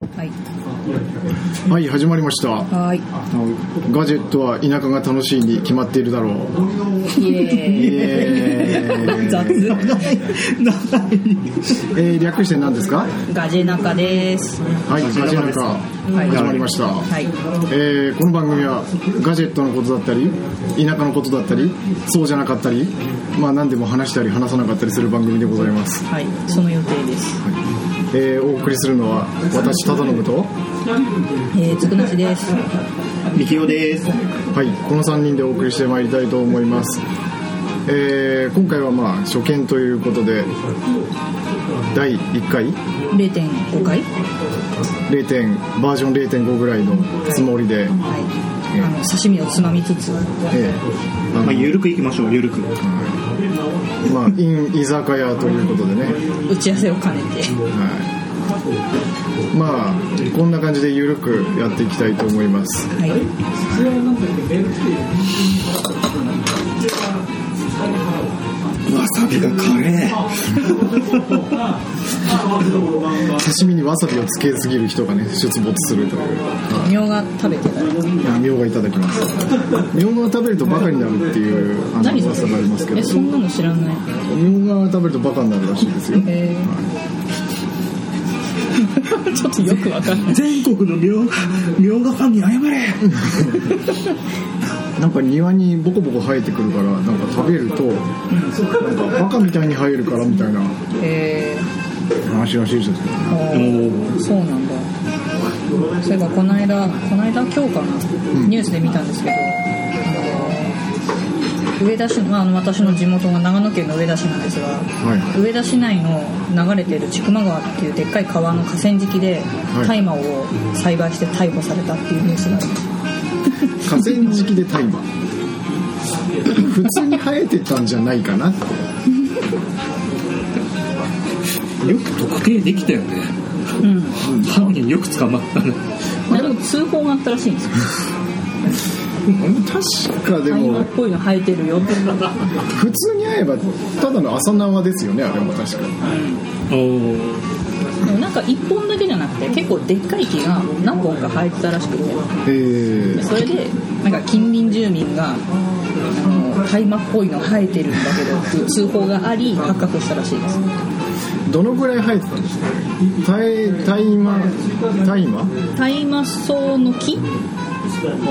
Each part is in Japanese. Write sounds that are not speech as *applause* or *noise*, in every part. はい。はい始まりましたはい。ガジェットは田舎が楽しいに決まっているだろうイエーイ。雑。えー、略して何ですかガジェナカです。はいガジェナカはい始まりました、はい。えーこの番組はガジェットのことだったり田舎のことだったりそうじゃなかったりまあ何でも話したり話さなかったりする番組でございます、はい。その予定です。えーお送りするのは私忠信とえー、つくなしです。みきおです。はい、この3人でお送りしてまいりたいと思います、えー今回はまあ初見ということで第1回0.5回は0点バージョン0.5ぐらいのつもりで、い。あの、刺身をつまみつつ。えーあのまあ、ゆるくいきましょう、ゆるく。まあ、イン居酒屋ということでね、打ち合わせを兼ねて。はい、まあこんな感じでゆるくやっていきたいと思いますはい。わさびがカレー。刺身にわさびをつけすぎる人がね出没するというみょうが食べてない。みょうがいただきますみょうがを食べるとバカになるっていうあの何そ噂れがありますけどえ、そんなの知らない。みょうが食べるとバカになるらしいですよえー。ちょっとよくわかんない。全国のみょうが、みょうがファンに謝れ。なんか庭にボコボコ生えてくるからなんか食べるとなんかバカみたいに生えるからみたいなえ話らしいですよー。あーそうなんだそういえばこの間この間今日かな、ニュースで見たんですけどあの上田市の、まあ、あの私の地元が長野県の上田市なんですが、は上田市内の流れてる千曲川っていうでっかい川の河川敷ではい大麻を栽培して逮捕されたっていうニュースがあります河川敷で大麻普通に生えてたんじゃないかなよく特定できたよね。うん犯人よく捕まったね。なんか通報があったらしいんですよ確かで大麻もっぽいの生えてるよって普通に会えばただの朝縄ですよねあれも確かおお。 *laughs* でもなんか1本だけじゃなくて結構でっかい木が何本か生えてたらしくてえでー、それでなんか近隣住民があの大麻っぽいの生えてるんだけどっていう通報があり発覚したらしいですどのぐらい生えてたんですか大大麻大麻大麻草の木ああ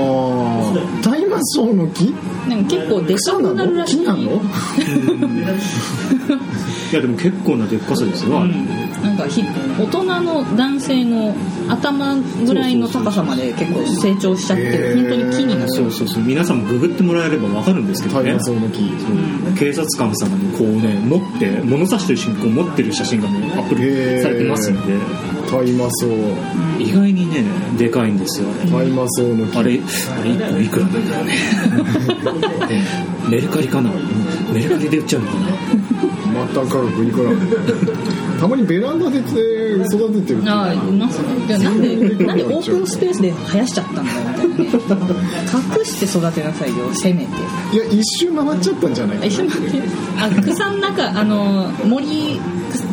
大麻草の木なんか結構でか草くななるのらしい木なのいや、でも結構なでっかさですうわ。んなんかひ大人の男性の頭ぐらいの高さまで結構成長しちゃってへる本ー当に木になってそうるそうそう、皆さんもググってもらえればわかるんですけど大ね麻。草の木警察官様にこうね、持って、物差してる瞬間持ってる写真がね、アップロードされてますんで、大麻草意外にね、でかいんですよ、あれ。大麻草の木あれ、あれ1本いくらなんだろうね。メルカリかなメルカリで売っちゃうのかな末端価格いくら *laughs* たまにベランダで育ててるああいますねでなんでなんでオープンスペースで生やしちゃったんだよみたいなね隠して育てなさいよせめていや一周回っちゃったんじゃないかえちょっと待って *laughs* あ草の中あの森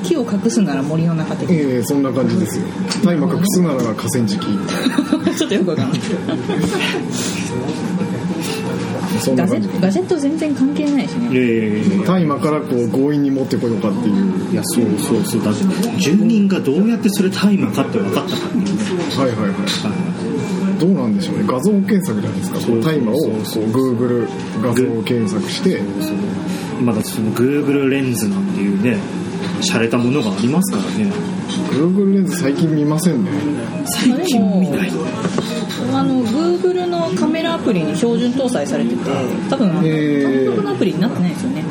木を隠すなら森の中的ええそんな感じですよ大麻隠すなら河川敷ちょっとよくわかんないそんガなジ感じェガジェット全然関係ないしねいやいやいやいや。大麻からこう強引に持ってこようかっていういや、そうそうそう。だって、住人がどうやってそれ大麻かって分かったかっていうね。はいはいはいどうなんでしょうね画像検索じゃないですかそう大麻をこうそうそう Google 画像検索してそうまだその Google レンズなんていうね、洒落たものがありますからね。 Google レンズ最近見ませんね最近見ないあの Google のカメラアプリに標準搭載されてて多分あのへ単ー独のアプリになってないですよね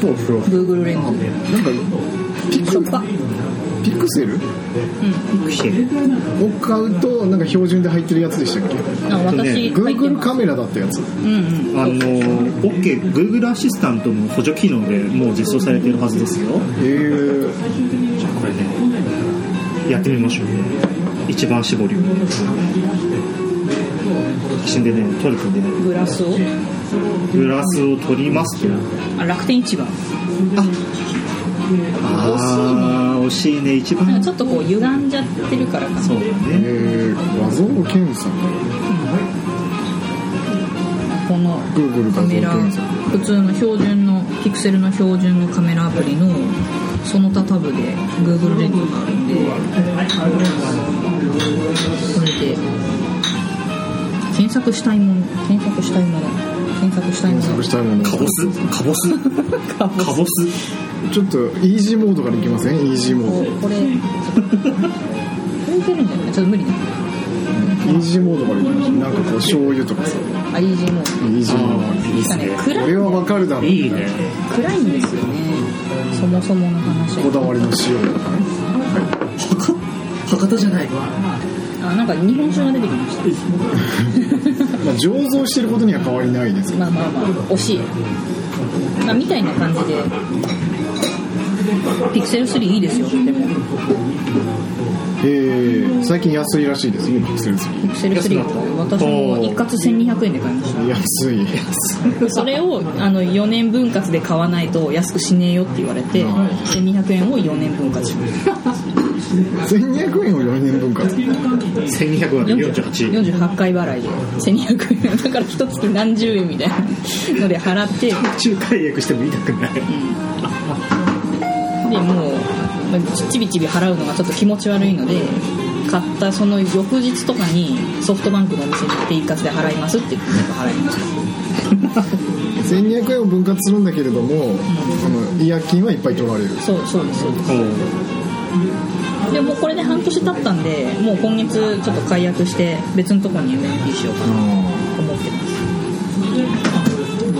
そうそう Google レンズなんかピクそっかピクセルシェルを買うとなんか標準で入ってるやつでしたっけあ私入ってる Google カメラだったやつうんあの、OK、Google アシスタントの補助機能でもう実装されてるはずですよ。えー、じゃあこれね、やってみましょうね。一番絞りを。死んでね、取るとね、うんグラスをグラスを取りますと。あ楽天市場ああ、惜しいね一なん番かちょっとこう歪んじゃってるからかなそうだえねー、画像検索この Google カ画像メラ検索普通の標準のピクセルの標準のカメラアプリのその他タブで Google レンズがあるんでこれで検索したいもの検索したいもの検索したいも検の索したいものカボスカボスカボスカボスちょっとイージーモードからいきませんイージーモードこれこれいけるんじゃないちょっと無理ねイージーモードからいきましょうなんかこう醤油とかさあイージーモーイージーモーいいっドすなんかねねド暗これいはわかるだろういいね暗いんですよねそもそもの話こだわりの塩とかね博博多じゃないあなんか日本酒が出てきましたまあ、醸造してることには変わりないですよまあまあまあ惜しい、まあ、みたいな感じでピクセル3いいですよでもえー、最近安いらしいですよピクセル3ピクセル3私も一括1200円で買いまし安いたそれをあの4年分割で買わないと安くしねえよって言われて1200円を4年分割しました1200円を4年分割1200割で48 48回払いで1200円だから一月何十円みたいなので払って中解約しても痛くないでもうまあちびちび払うのがちょっと気持ち悪いので買ったその翌日とかにソフトバンクのお店に行って一括で払いますって言って全部払いました1200円を分割するんだけれども、あの違約金はいっぱい取られるそうそうですそうでおうすでもうこれで半年経ったんでもう今月ちょっと解約して別のとこに MLP しようかなと思ってます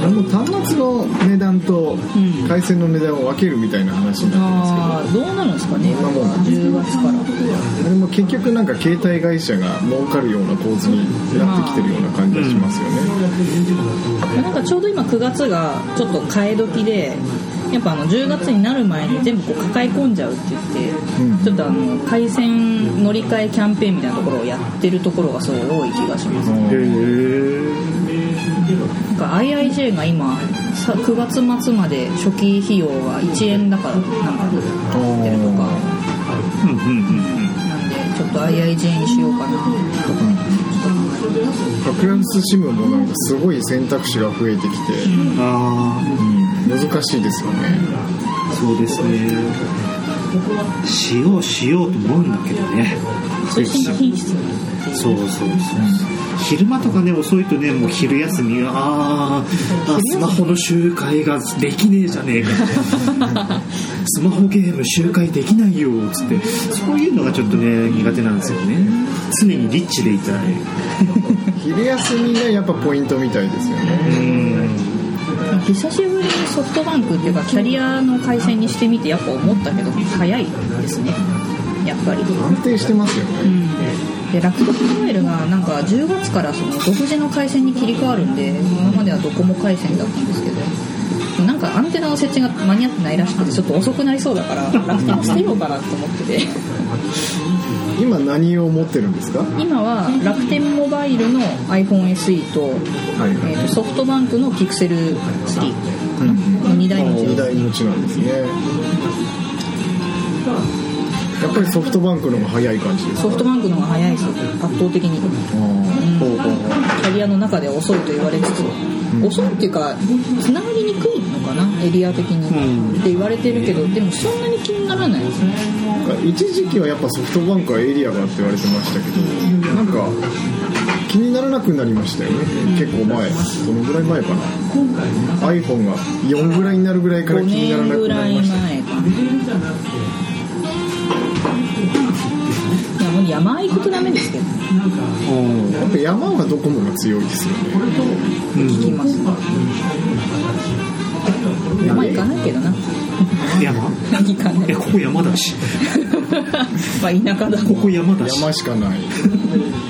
あの端末の値段とうん回線の値段を分けるみたいな話になってまああどうなるんですかねそんなもんなん10月からすけど、あれも結局なんか携帯会社が儲かるような構図になってきてるような感じがしますよね、なんかちょうど今9月がちょっと替え時でやっぱあの10月になる前に全部こう抱え込んじゃうって言って、うんちょっとあの回線乗り換えキャンペーンみたいなところをやってるところがすごい多い気がしますあへのえなんか IIJ が今さ9月末まで初期費用が1円だからなんかってるとかうんうんうんうんなんでちょっと IIJ にしようかな格安 SIM もなんかすごい選択肢が増えてきて、あ難しいですよねあそうですねしようしようと思うんだけどね通信品質そうそうそう昼間とかね遅いとねもう昼休みはあーあスマホの周回ができねえじゃねえか *laughs* スマホゲーム周回できないよつってそういうのがちょっとね苦手なんですよね常にリッチでいたい昼休みがやっぱポイントみたいですよねうん久しぶりにソフトバンクっていうかキャリアの回線にしてみてやっぱ思ったけど早いですねやっぱり安定してますよねで楽天モバイルがなんか10月からその独自の回線に切り替わるんで今まではドコモ回線だったんですけどなんかアンテナの設置が間に合ってないらしくてちょっと遅くなりそうだから楽天捨てようかなと思ってて今何を持ってるんですかは今は楽天モバイルの iPhoneSE と,、いえーとソフトバンクの Pixel3 うんの2台のうち2台持ちなんですねやっぱりソフトバンクの方が早い感じですソフトバンクの方が早いですよ圧倒的にほうほうほうキャリアの中では遅いと言われつつ、ん遅いっていうかつながりにくいのかなエリア的に、うんって言われてるけどでもそんなに気にならないですねなんか一時期はやっぱソフトバンクはエリアがって言われてましたけどなんか気にならなくなりましたよね結構前どのぐらい前かな iPhone が4ぐらいになるぐらいから5気になら年なぐくならりいました前かないやもう山あい行くとダメですけどやっぱ山はドコモが強いですよね聞きます、山行かないけどな山行かない *laughs* えここ山だしまあ田舎だこもんこ山だし山しかない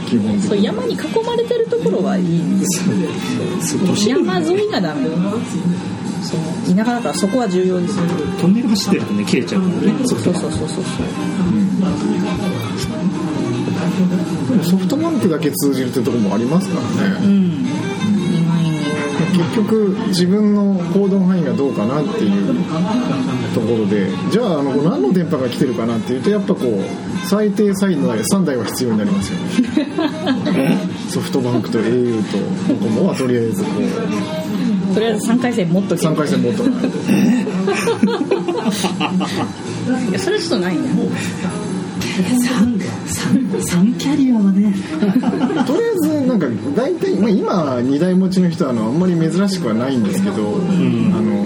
基本的そうに山に囲まれてるところはいいんですそう都市部山沿いがダメそう田舎だからそこは重要ですねトンネル走ってるとね切れちゃうからねそうそうそうそうそうでもソフトバンクだけ通じるってとこもありますからうねん意外に結局自分の行動範囲がどうかなっていうところでじゃああの何の電波が来てるかなっていうとやっぱこう最低最大3台は必要になりますよねソフトバンクと au とドコモはとりあえずこうとりあえず3回戦持っとけ3回戦持っとかないといやそれはちょっとないね3キャリアはねとりあえずなんか大体、まあ、今2台持ちの人はあのあんまり珍しくはないんですけど、あの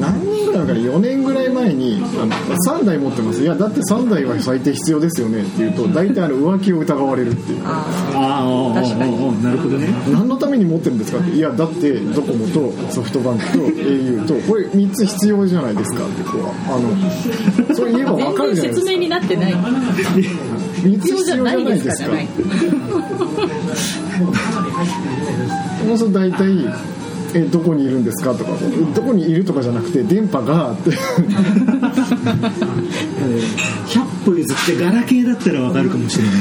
何年ぐらい前から4年ぐらい前にあの3台持ってますいやだって3台は最低必要ですよねっていうと大体あの浮気を疑われるっていうあああ確かになるほどね何のために持ってるんですかっていやだってドコモとソフトバンクと au とこれ3つ必要じゃないですかってこうあのそれ言えばあ分かる全じ然ゃないです説か明になってない3つ必要じ必要ゃじゃなないいでですかすじゃかないそうすると大体「えどこにいるんですか?」とか「どこにいる?」とかじゃなくて「電波が」って100歩譲ってガラケーだったらわかるかもしれない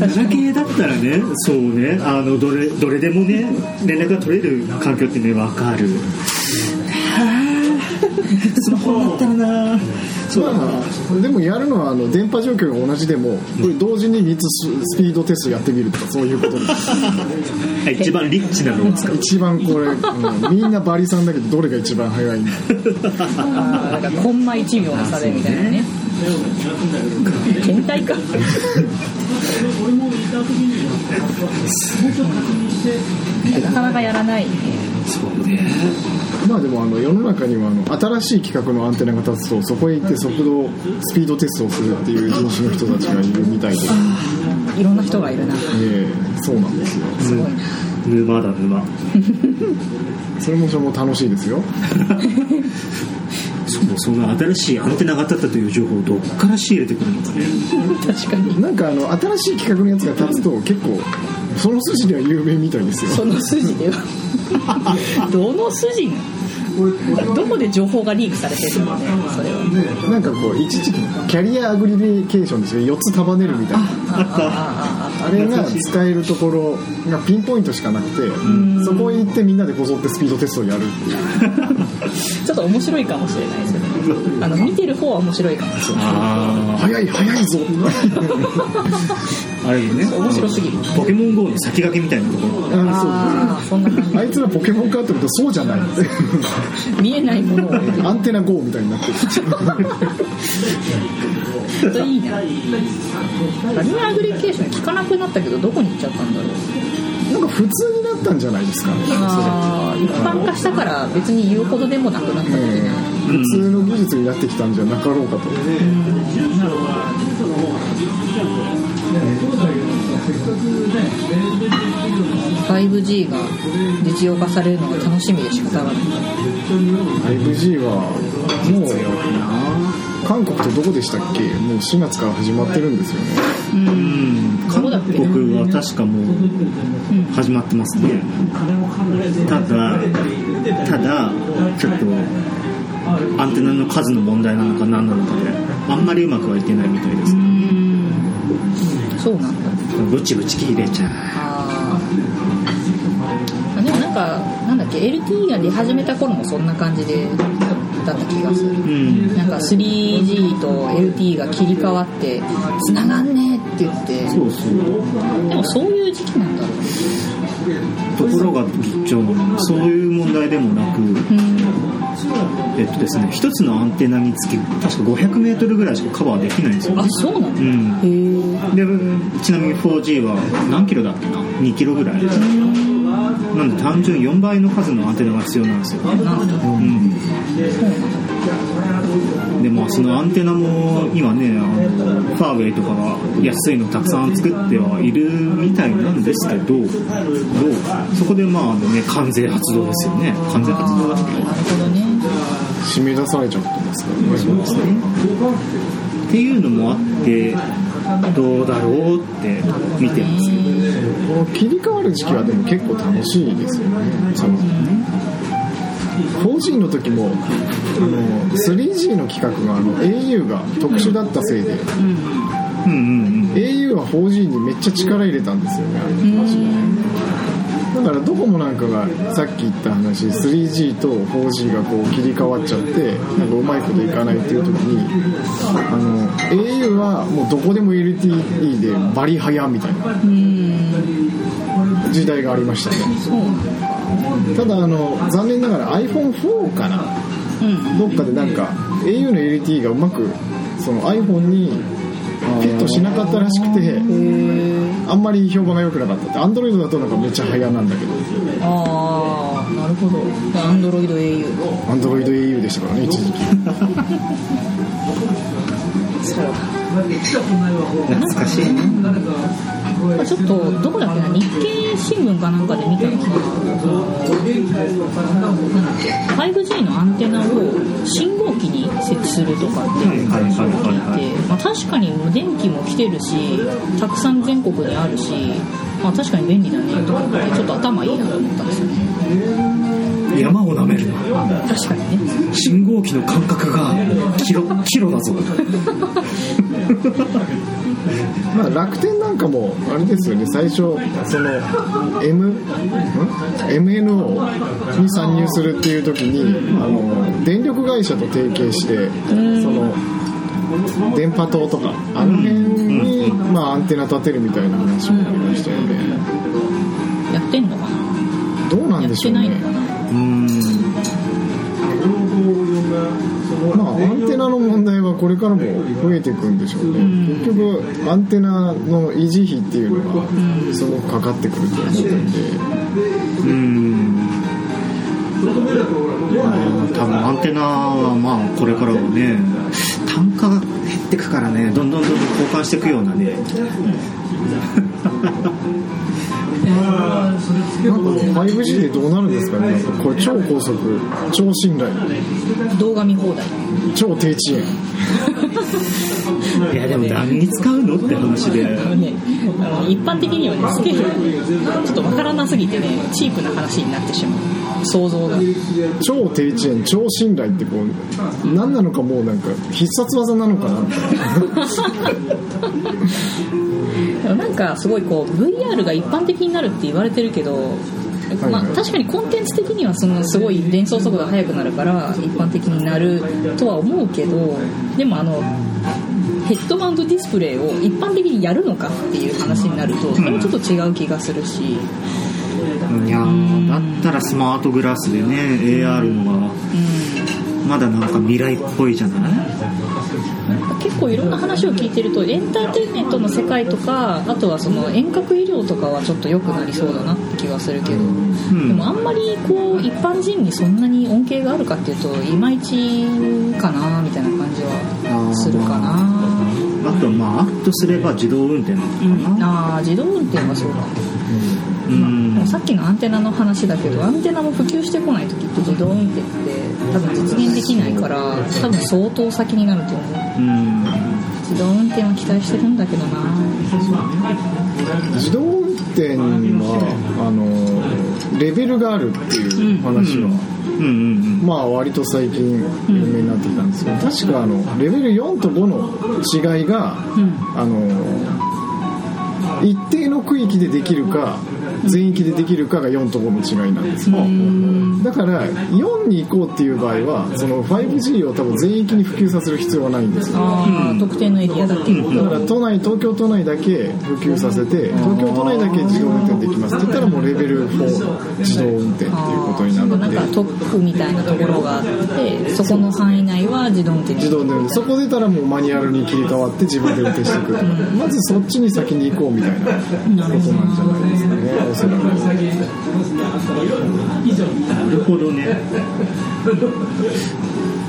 ガラケーだったらねそうねあのどれどれでもね連絡が取れる環境ってねわかるスマホだったらなそうだなまあでもやるのはあの電波状況が同じでもこれ同時に3つススピードテストやってみるとかそういうことです一番リッチなのを使う一番これ、うんみんなバリさんだけどどれが一番早いのあーなんかコンマ1秒の差でみたいなね天体か *laughs* なかなかやらないねそうねまあでもあの世の中にはあの新しい企画のアンテナが立つとそこへ行って速度スピードテストをするっていう人種の人たちがいるみたいで、いろんな人がいるなええそうなんですよすごいな沼だ沼それもそれも楽しいですよそうその新しいアンテナが立ったという情報をどっから仕入れてくるのかね確かになんかあの新しい企画のやつが立つと結構その筋では有名みたいですよその筋で *laughs* はどの筋なのどこで情報がリークされてるのねそれはなんかこう一時期キャリアアグリケーションですね4つ束ねるみたいなああれが使えるところがピンポイントしかなくてそこへ行ってみんなでこぞってスピードテストをやるっていうーちょっと面白いかもしれないですけどあの見てる方は面白いかもしれないあ早い早いぞああれね面白すぎるポケモン GO の先駆けみたいなところあああそんな感そうあいつらポケモンかって思とそうじゃない *laughs* じ見えないものをアンテナ GO みたいになってる本当いいなアニメアグリケーション聞かなくなったけどどこに行っちゃったんだろうなんか普通になったんじゃないですかねああ一般化したから別に言うほどでもなくなったええ普通の技術になってきたんじゃなかろうかと、 5G が実用化されるのが楽しみで仕方がない 5G はもう韓国ってどこでしたっけもう4月から始まってるんですよねうん韓そうだっけ国は確かもう始まってますね、ただただちょっとアンテナの数の問題なのか何なのかであんまりうまくはいってないみたいですそうなんだブチブチ切れちゃうあーでもなんかなんだっけ LTE が出始めた頃もそんな感じでだった気がするうんなんか 3G と LTE が切り替わって繋がんねえって言ってそうそうでもそういう時期なんだろうねところがちょそういう問題でもなくえっとですね一つのアンテナにつき確か 500m ぐらいしかカバーできないんですよあそうなんだうへんえでちなみに 4G は何キロだっけな2キロぐらいなんで単純4倍の数のアンテナが必要なんですよ、なんだうん、でもそのアンテナも今ねあのファーウェイとかが安いのたくさん作ってはいるみたいなんですけどどうそこでまああのね関税発動ですよね関税発動だっけなるほどね締め出されちゃってますからねそうですねっていうのもあってどうだろうって見てますけどこの切り替わる時期はでも結構楽しいですよねその 4G の時もあの 3G の企画があの au が特殊だったせいで、うんうんうん au は 4G にめっちゃ力入れたんですよねあれだからドコモなんかがさっき言った話 3G と 4G がこう切り替わっちゃってなんかうまいこといかないっていう時にあの au はもうどこでも LTE でバリ早みたいな時代がありましたねそうなんだただあの残念ながら iPhone4 かなうんどっかでなんか au の LTE がうまくその iPhone にフィットしなかったらしくてあんまり評判が良くなかったってアンドロイドだとなんかめっちゃ早なんだけどああなるほどアンドロイド au アンドロイド au でしたからね一時期そうだ懐かしいねなんかちょっとどこだっけな日経新聞かなんかで見たのがなんだっけ 5G のアンテナを信号機に設置するとかっていう話を聞いて、まあ、確かに電気も来てるしたくさん全国にあるし、まあ、確かに便利だねと思ってちょっと頭いいなと思ったんですよね山を舐めるな確かにね信号機の間隔がキロキロだぞまあ、楽天なんかもあれですよね最初その M ん MNO に参入するっていう時にあの電力会社と提携してその電波塔とかあの辺に、まあ、アンテナ立てるみたいな話もありましたよねやってんのかなどうなんやでっしてょうないねのかなうんまあアンテナの問題はこれからも増えていくんでしょうね結局アンテナの維持費っていうのがすごくかかってくると思うんで。うん多分アンテナはまあこれからはね単価が減ってくからねどんどんどんどん交換していくようなねなんか 5G でどうなるんですかね、これ、超高速、超信頼、動画見放題超低遅延、いやでも何に使うのって話であのね、あの一般的にはね、スケールがちょっとわからなすぎてね、チープな話になってしまう。想像が。超低遅延、超信頼ってこう、何なのかもうなんか、必殺技なのかなみたいな、なんかすごいこう、VR が一般的になるって言われてるけど、いまあ、確かにコンテンツ的にはそのすごい伝送速度が速くなるから一般的になるとは思うけどでもあのヘッドマウントディスプレイを一般的にやるのかっていう話になるとそれもちょっと違う気がするし、いやーだったらスマートグラスでね AR のがまだなんか未来っぽいじゃない結構いろんな話を聞いてるとエンターテインメントの世界とかあとはその遠隔医療とかはちょっと良くなりそうだなって気がするけど、んでもあんまりこう一般人にそんなに恩恵があるかっていうといまいちかなみたいな感じはするかな。あとまああるとすれば自動運転なのかうんなあー自動運転はそうか、うんもうさっきのアンテナの話だけどアンテナも普及してこない時って自動運転って多分実現できないから多分相当先になると思ううん自動運転は期待してるんだけどな自動運転は、あのレベルがあるっていう話は。うんうんまあ割と最近有名になってきたんですけど、確かあのレベル4と5の違いが、あの一定の区域でできるか全域でできるかが4と5の違いなんですよだから4に行こうっていう場合はその 5G を多分全域に普及させる必要はないんですよあー特定のエリアだけ、だから都内東京都内だけ普及させて東京都内だけ自動運転できますって言ったらもうレベル4自動運転っていうことになるなんでかトップみたいなところがあってそこの範囲内は自動運転自動でそこ出たらもうマニュアルに切り替わって自分で運転していくとかまずそっちに先に行こうみたいなことなんじゃないですかねおそらくなるほどね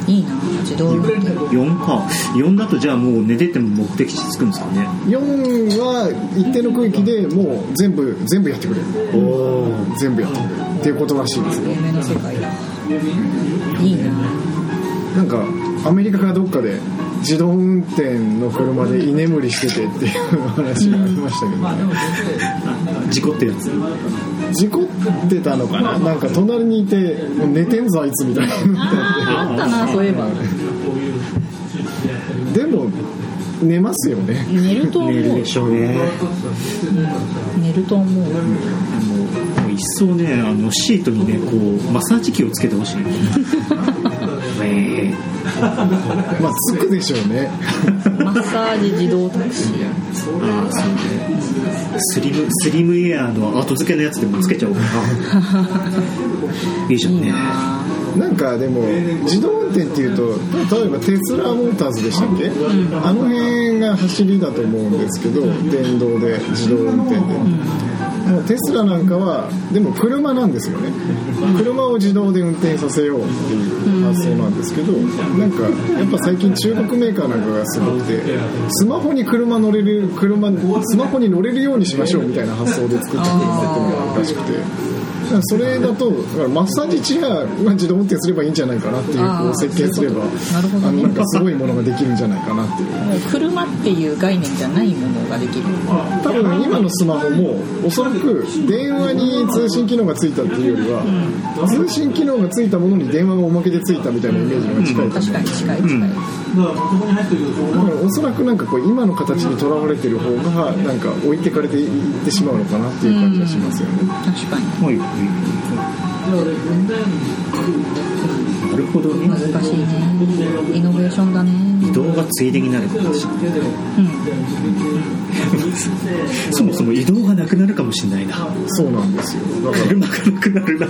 いいな自動運転4か4だとじゃあもう寝てても目的地着くんですかね4は一定の区域でもう全部全部やってくれる全部やってくれるっていうことらしいですよ夢の世界だいいななんかアメリカかどっかで自動運転の車で居眠りしててっていう話がありましたけどね事故ってやつ事故ってたのかななんか隣にいてもう寝てんぞあいつみたいなあーあったなそういえばでも寝ますよね寝ると思う寝るでしょうね寝ると思うもうもう一層ねあのシートにねこうマッサージ機をつけてほしいえまあつくでしょうねマッサージ自動タクシーーああそうねスリムスリムイヤーの後付けのやつでもつけ *laughs* ちゃおうかないいじゃんねあなんかでも自動運転っていうと例えばテスラモーターズでしたっけ、あの辺が走りだと思うんですけど電動で自動運転で、もうテスラなんかはでも車なんですよね車を自動で運転させようっていう発想なんですけどなんかやっぱ最近中国メーカーなんかがすごくてスマホに車乗れる車スマホに乗れるようにしましょうみたいな発想で作ったっていうのがあるらしくて。だからそれだとだからマッサージチェアが自動運転すればいいんじゃないかなっていうあーこう設計すそういればうことなるほどあのなんかすごいものができるんじゃないかなっていうーもう車っていう概念じゃないものができる多分今のスマホもおそらく電話に通信機能がついたっていうよりは通信機能がついたものに電話がおまけでついたみたいなイメージの方が近いと思う確かに近い近い、だからおそらくなんかこう今の形にとらわれてる方がなんか置いてかれていってしまうのかなっていう感じがしますよね確かにはいなるほどね難しいねイノベーションだね移動がついでになる形うんそもそも移動がなくなるかもしれないなそうなんですよだから車がなくなるな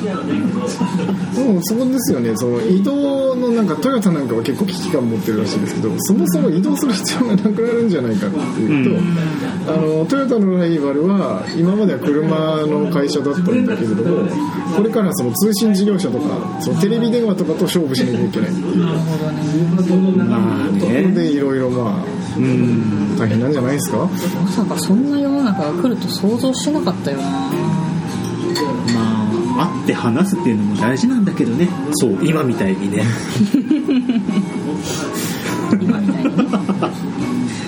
うん、そこですよねその移動のなんかトヨタなんかは結構危機感持ってるらしいんですけどそもそも移動する必要がなくなるんじゃないかっていうと、あのトヨタのライバルは今までは車の会社だったんだけれどもこれからはその通信事業者とかそのテレビ電話とかと勝負しなきゃいけないっていうまあのねでいろいろまあうん大変なんじゃないですかまさかそんな世の中が来ると想像してなかったよなまあ会って話すっていうのも大事なんだけどねそう今みたいにね今みたいにね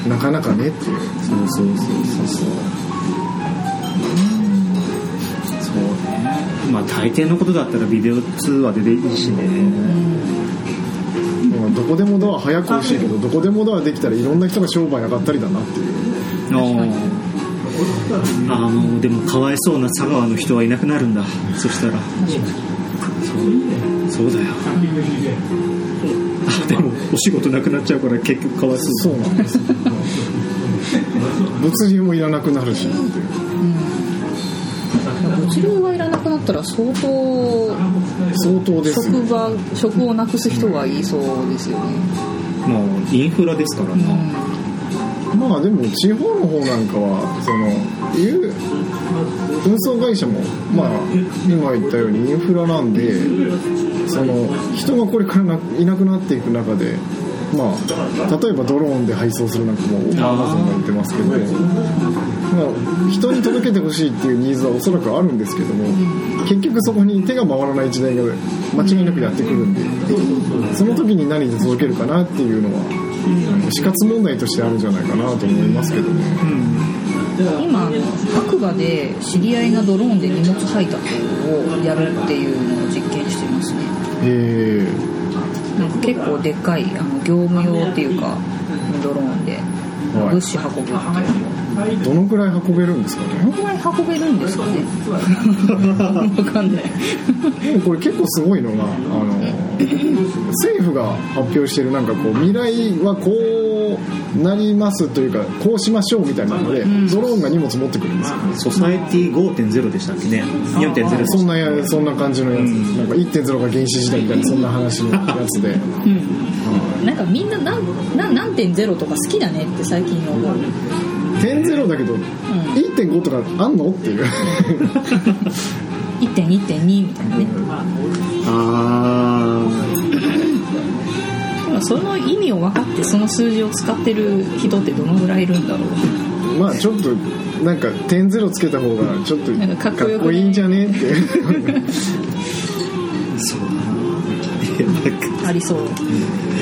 なかなかねっていうそうそうそうそうそうそうねまあ大抵のことだったらビデオ通話ででいいしねうんどこでもドア早く欲しいけどどこでもドアできたらいろんな人が商売上がったりだなっていうああもうでもかわいそうな佐川の人はいなくなるんだそしたらそうそうだよあでもお仕事なくなっちゃうから結局かわいそそううなんですよ *laughs* 物流もいらなくなるしっていう物流がいらなくなったら相当相当ですよ職場職をなくす人がいそうですよね、もうインフラですからな、まあでも地方の方なんかはそのいう運送会社もまあ今言ったようにインフラなんでその人がこれからないなくなっていく中でまあ例えばドローンで配送するなんかもアマゾンが言ってますけどまあ人に届けてほしいっていうニーズはおそらくあるんですけども結局そこに手が回らない時代が間違いなくやってくるんでその時に何で届けるかなっていうのは。死活問題としてあるんじゃないかなと思いますけどね今あの白馬で知り合いがドローンで荷物配達をやるっていうのを実験してますねえなんか結構でっかいあの業務用っていうかドローンではい物資運ぶっていうのー、どのくらい運べるんですかどねのぐらい運べるんですかね *laughs* わかんないでもこれ結構すごいのがあの政府が発表してるなんかこう未来はこうなりますというかこうしましょうみたいなのでドローンが荷物持ってくるんですよソサエティ5.0でしたっけね4.0でしたそんなやそんな感じのやつですなんか1.0が原始時代みたいなそんな話のやつでなんかみんななんなん何点ゼロとか好きだねって最近思う1.0だけど1.5とかあんのっていう1.1.2みたいなね *laughs* あー今その意味を分かってその数字を使ってる人ってどのぐらいいるんだろうまあちょっとなんか1.0つけた方がちょっとなんかかかっこっよくねこいいんじゃねっ *laughs* てそうだないやなんかありそう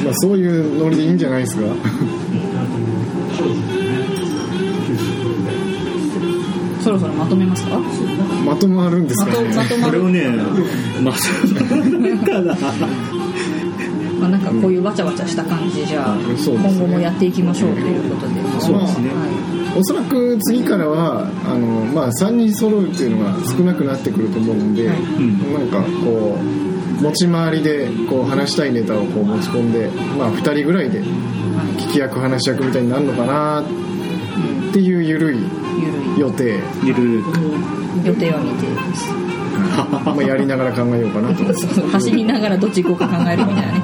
まあ、そういうノリでいいんじゃないですかそろそろまとめますかままとまるんですかとまねとまこれるをね *laughs* まとまるかなまあなんかこういうわちゃわちゃした感じじゃあそうですね今後もやっていきましょうということでそうですねはいおそらく次からはあの、まあ、3人揃うっていうのが少なくなってくると思うんで、なんかこう持ち回りでこう話したいネタをこう持ち込んで、まあ、2人ぐらいで聞き役話し役みたいになるのかなっていう緩ゆるいい予定、ゆるーく予定は *laughs* 未定ですまあ、やりながら考えようかなと *laughs* そう走りながらどっち行こうか考えるみたいなね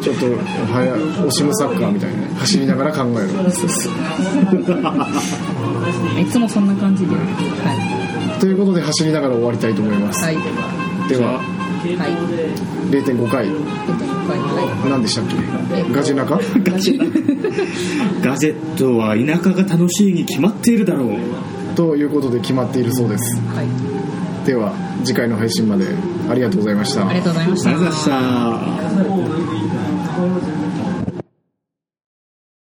ちょっとはやオシムサッカーみたいなね走りながら考えるそうそういつもそんな感じではということで走りながら終わりたいと思いまいす、はいでははい0.5回何でしたっけガジナカガジ *laughs* ガジェットは田舎が楽しいに決まっているだろうということで決まっているそうですはいでは次回の配信までありがとうございましたありがとうございましありがとうございまたした